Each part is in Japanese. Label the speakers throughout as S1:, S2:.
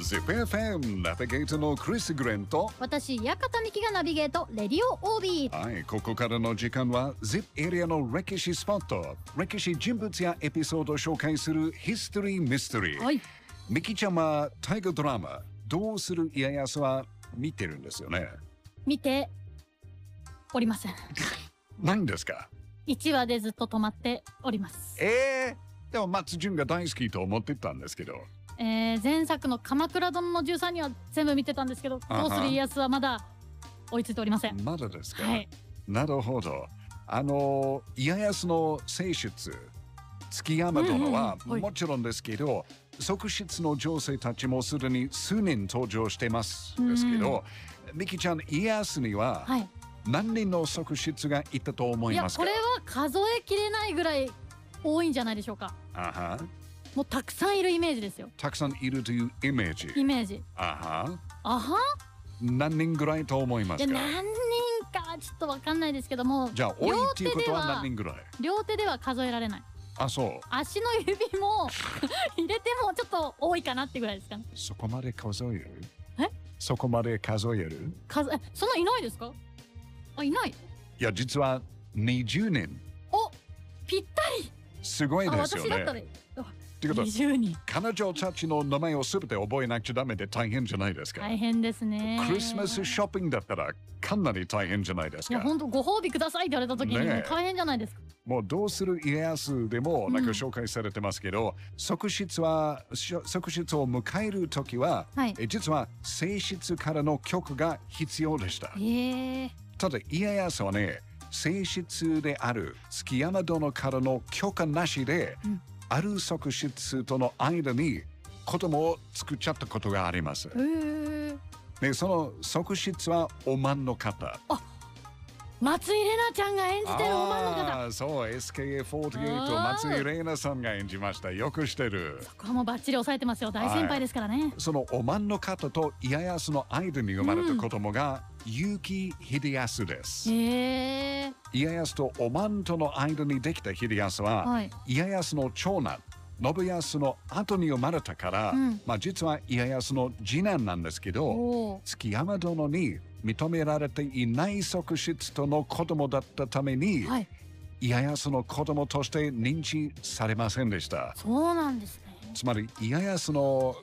S1: ZIPFM ナビゲートのクリス・グレンと
S2: 私館美希がナビゲートレディオ OB
S1: はいここからの時間は ZIP エリアの歴史スポット歴史人物やエピソードを紹介するヒストリー・ミステリー、
S2: はい
S1: ミキちゃんは大河ドラマ「どうする家康」は見てるんですよね
S2: 見ておりません
S1: ないんですか
S2: 1話でずっと止まっております
S1: えー、でも松潤が大好きと思ってたんですけど
S2: えー、前作の「鎌倉殿の13人」は全部見てたんですけど「
S1: あは
S2: どうする家康」はまだ追いついておりません
S1: まだですか、
S2: はい
S1: なるほど。あの家康の正室築山殿は
S2: うんうんうんはい
S1: もちろんですけど、側室の女性たちもすでに数人登場してますですけど、ミキちゃん家康には
S2: はい
S1: 何人の側室がいたと思
S2: い
S1: い
S2: や
S1: ますか
S2: これは数えきれないぐらい多いんじゃないでしょうか
S1: あは
S2: もうたくさんいるイメージですよ
S1: たくさんいるというイメージ
S2: イメージ
S1: あは
S2: あは
S1: 何人ぐらいと思いま
S2: いや
S1: すか
S2: 何人かはちょっとわかんないですけども
S1: じゃあ多いっていうことは
S2: 両手では
S1: 何人ぐらい
S2: 両手では数えられない
S1: あそう
S2: 足の指も 入れてもちょっと多いかなってぐらいですかね
S1: そこまで数える
S2: え
S1: そこまで数える
S2: 数えそんないないですかあいない
S1: いや実は20年
S2: おぴった
S1: すごい
S2: りあ
S1: ですよ
S2: 私だ
S1: ね。
S2: ったら
S1: ってことは
S2: 20人
S1: 彼女たちの名前をすべて覚えなくちゃダメで大変じゃないですか。
S2: 大変ですね
S1: クリスマスショッピングだったらかなり大変じゃないです
S2: いや
S1: か。
S2: 本当ご褒美くださいって言われた時に、
S1: ねえ
S2: もう大変じゃないですか
S1: もうどうする家康でもなんか
S2: うん
S1: 紹介されてますけど、側室はしょ側室を迎える時は、
S2: はい
S1: え実は正室からの曲が必要でした。
S2: ええ
S1: ただ家康はね正室である築山殿からの許可なしで、
S2: うん
S1: ある側室との間に子供を作っちゃったことがあります。
S2: ー、
S1: でその側室はおまんの方。
S2: 松井玲奈ちゃんが演じてるおまんの方
S1: あーそう SKA48
S2: あ
S1: 松
S2: ー
S1: 井玲奈さんが演じましたよくしてる
S2: そこはもうバッチリ抑えてますよ大先輩ですからね、
S1: そのおまんの方と家康の間に生まれた子供が結城秀康です、
S2: ええ
S1: 家康とおまんとの間にできた秀康は、
S2: はい
S1: 家康の長男信康の後に生まれたから、
S2: うん
S1: まあ、実は家康の次男なんですけ
S2: お
S1: ど
S2: お
S1: 築山殿に認められていない側室との子供だったために、
S2: ーはい
S1: 家康の子供として認知されませんでした
S2: そうなんですね
S1: つまり家康の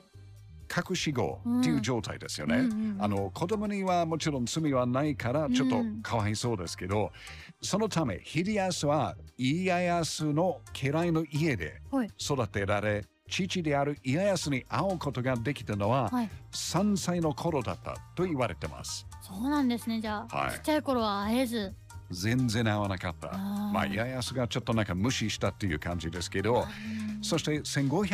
S1: 隠し子っていう状態ですよね、
S2: うんうんうん
S1: あの子供にはもちろん罪はないからちょっとかわいそうですけど、そのため秀康は家康の家来の家で
S2: はい
S1: 育てられ父である家康に会うことができたのは
S2: はい
S1: 3歳の頃だったと言われてます
S2: そうなんですねじゃあ、
S1: はい
S2: ちっちゃい頃は会えず
S1: 全然会わなかった
S2: あー
S1: まあ家康がちょっとなんか無視したっていう感じですけどそして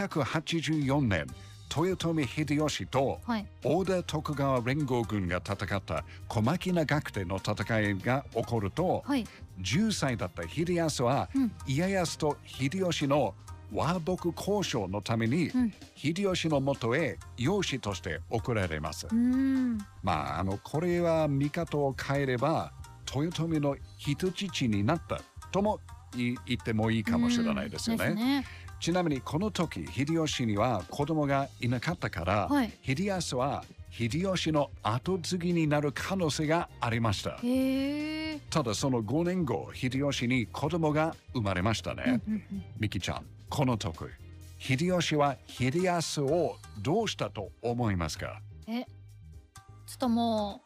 S1: 1584年豊臣秀吉と
S2: はい
S1: 織田徳川連合軍が戦った小牧長久手の戦いが起こると、
S2: はい
S1: 10歳だった秀康は、
S2: うん
S1: 家康と秀吉の和睦交渉のために、
S2: うん
S1: 秀吉のもとへ養子として送られます。
S2: うーん
S1: まあ、あのこれは見方を変えれば豊臣の人質になったともい言ってもいいかもしれないですよね。
S2: うんですね
S1: ちなみにこの時秀吉には子供がいなかったから、
S2: はい
S1: 秀康は秀吉の後継ぎになる可能性がありました
S2: へえ、
S1: ただその5年後秀吉に子供が生まれました
S2: うんう
S1: ね、
S2: んうん
S1: ミキちゃんこの時秀吉は秀康をどうしたと思いますか
S2: ちょっとも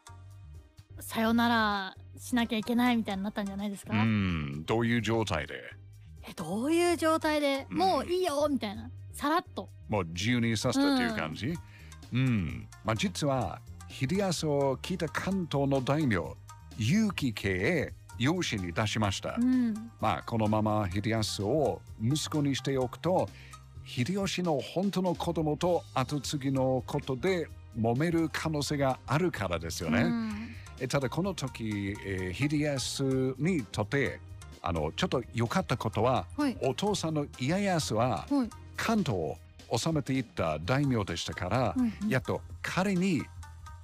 S2: うさよならしなきゃいけないみたいになったんじゃないです
S1: う
S2: か、
S1: んどういう状態で
S2: えどういう状態で
S1: うん
S2: もういいよみたいなさらっと
S1: もう自由にさせたっていう感じうん、まあ実は秀康を聞いた関東の大名結城家へ養子に出しました、
S2: うん
S1: まあ、このまま秀康を息子にしておくと秀吉の本当の子供と後継ぎのことで揉める可能性があるからですよね。
S2: うん
S1: えただこの時、えー秀康にとってあのちょっと良かったことは、
S2: はい
S1: お父さんの家康は
S2: はい
S1: 関東を治めていった大名でしたから、
S2: うんうん
S1: やっと彼に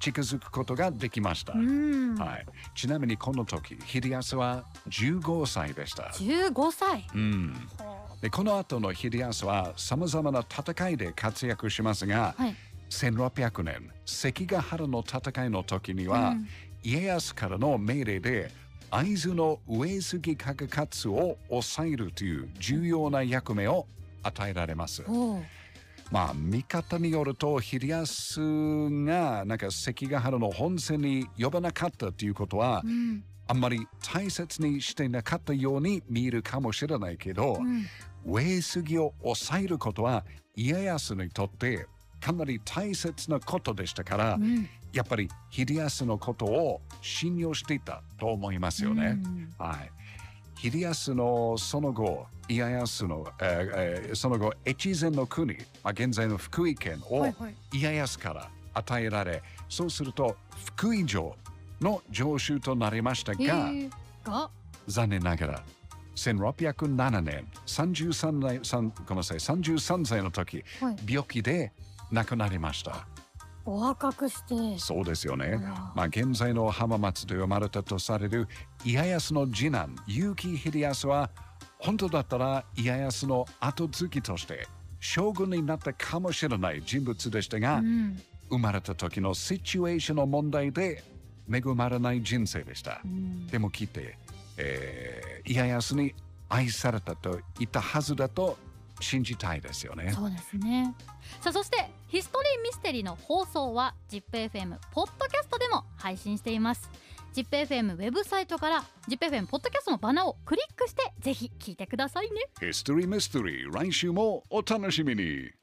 S1: 近づくことができました。
S2: うん、
S1: はい、ちなみにこの時秀康は15歳でした。
S2: 15歳
S1: うん、
S2: は
S1: でこの後の秀康はさまざまな戦いで活躍しますが、
S2: い
S1: 1600年関ヶ原の戦いの時には、
S2: うん
S1: 家康からの命令で会津の上杉景勝を抑えるという重要な役目を与えられます。
S2: おう
S1: まあ、見方によると、秀康がなんか関ヶ原の本戦に呼ばなかったということは、
S2: うん
S1: あんまり大切にしてなかったように見えるかもしれないけど、
S2: うん
S1: 上杉を抑えることは家康にとってかなり大切なことでしたから、
S2: うん
S1: やっぱり秀康のことを信用していたと思いますよね。
S2: うん
S1: はい。秀康のその後、家康の、えーえーその後、越前の国、まあ、現在の福井県を
S2: はいはい
S1: 家康から与えられ、そうすると福井城の城主となりました
S2: え
S1: が、
S2: ーが
S1: 残念ながら、1607年、33歳さんごめんなさい33歳の時、
S2: はい
S1: 病気で亡くなりました。
S2: お若くして
S1: そうですよね
S2: あら。
S1: まあ、現在の浜松で生まれたとされる家康の次男、結城秀康は、本当だったら家康の後継ぎとして将軍になったかもしれない人物でしたが、
S2: うん
S1: 生まれた時のシチュエーションの問題で恵まれない人生でした
S2: う。ん
S1: でも来て、えー家康に愛されたと言ったはずだと信じたいですよね。
S2: そうですねさあそしてヒストリーミステリーの放送は ZIPFM ポッドキャストでも配信しています ZIPFM ウェブサイトから ZIPFM ポッドキャストのバナーをクリックしてぜひ聞いてくださいね
S1: ヒストリーミステリー、来週もお楽しみに。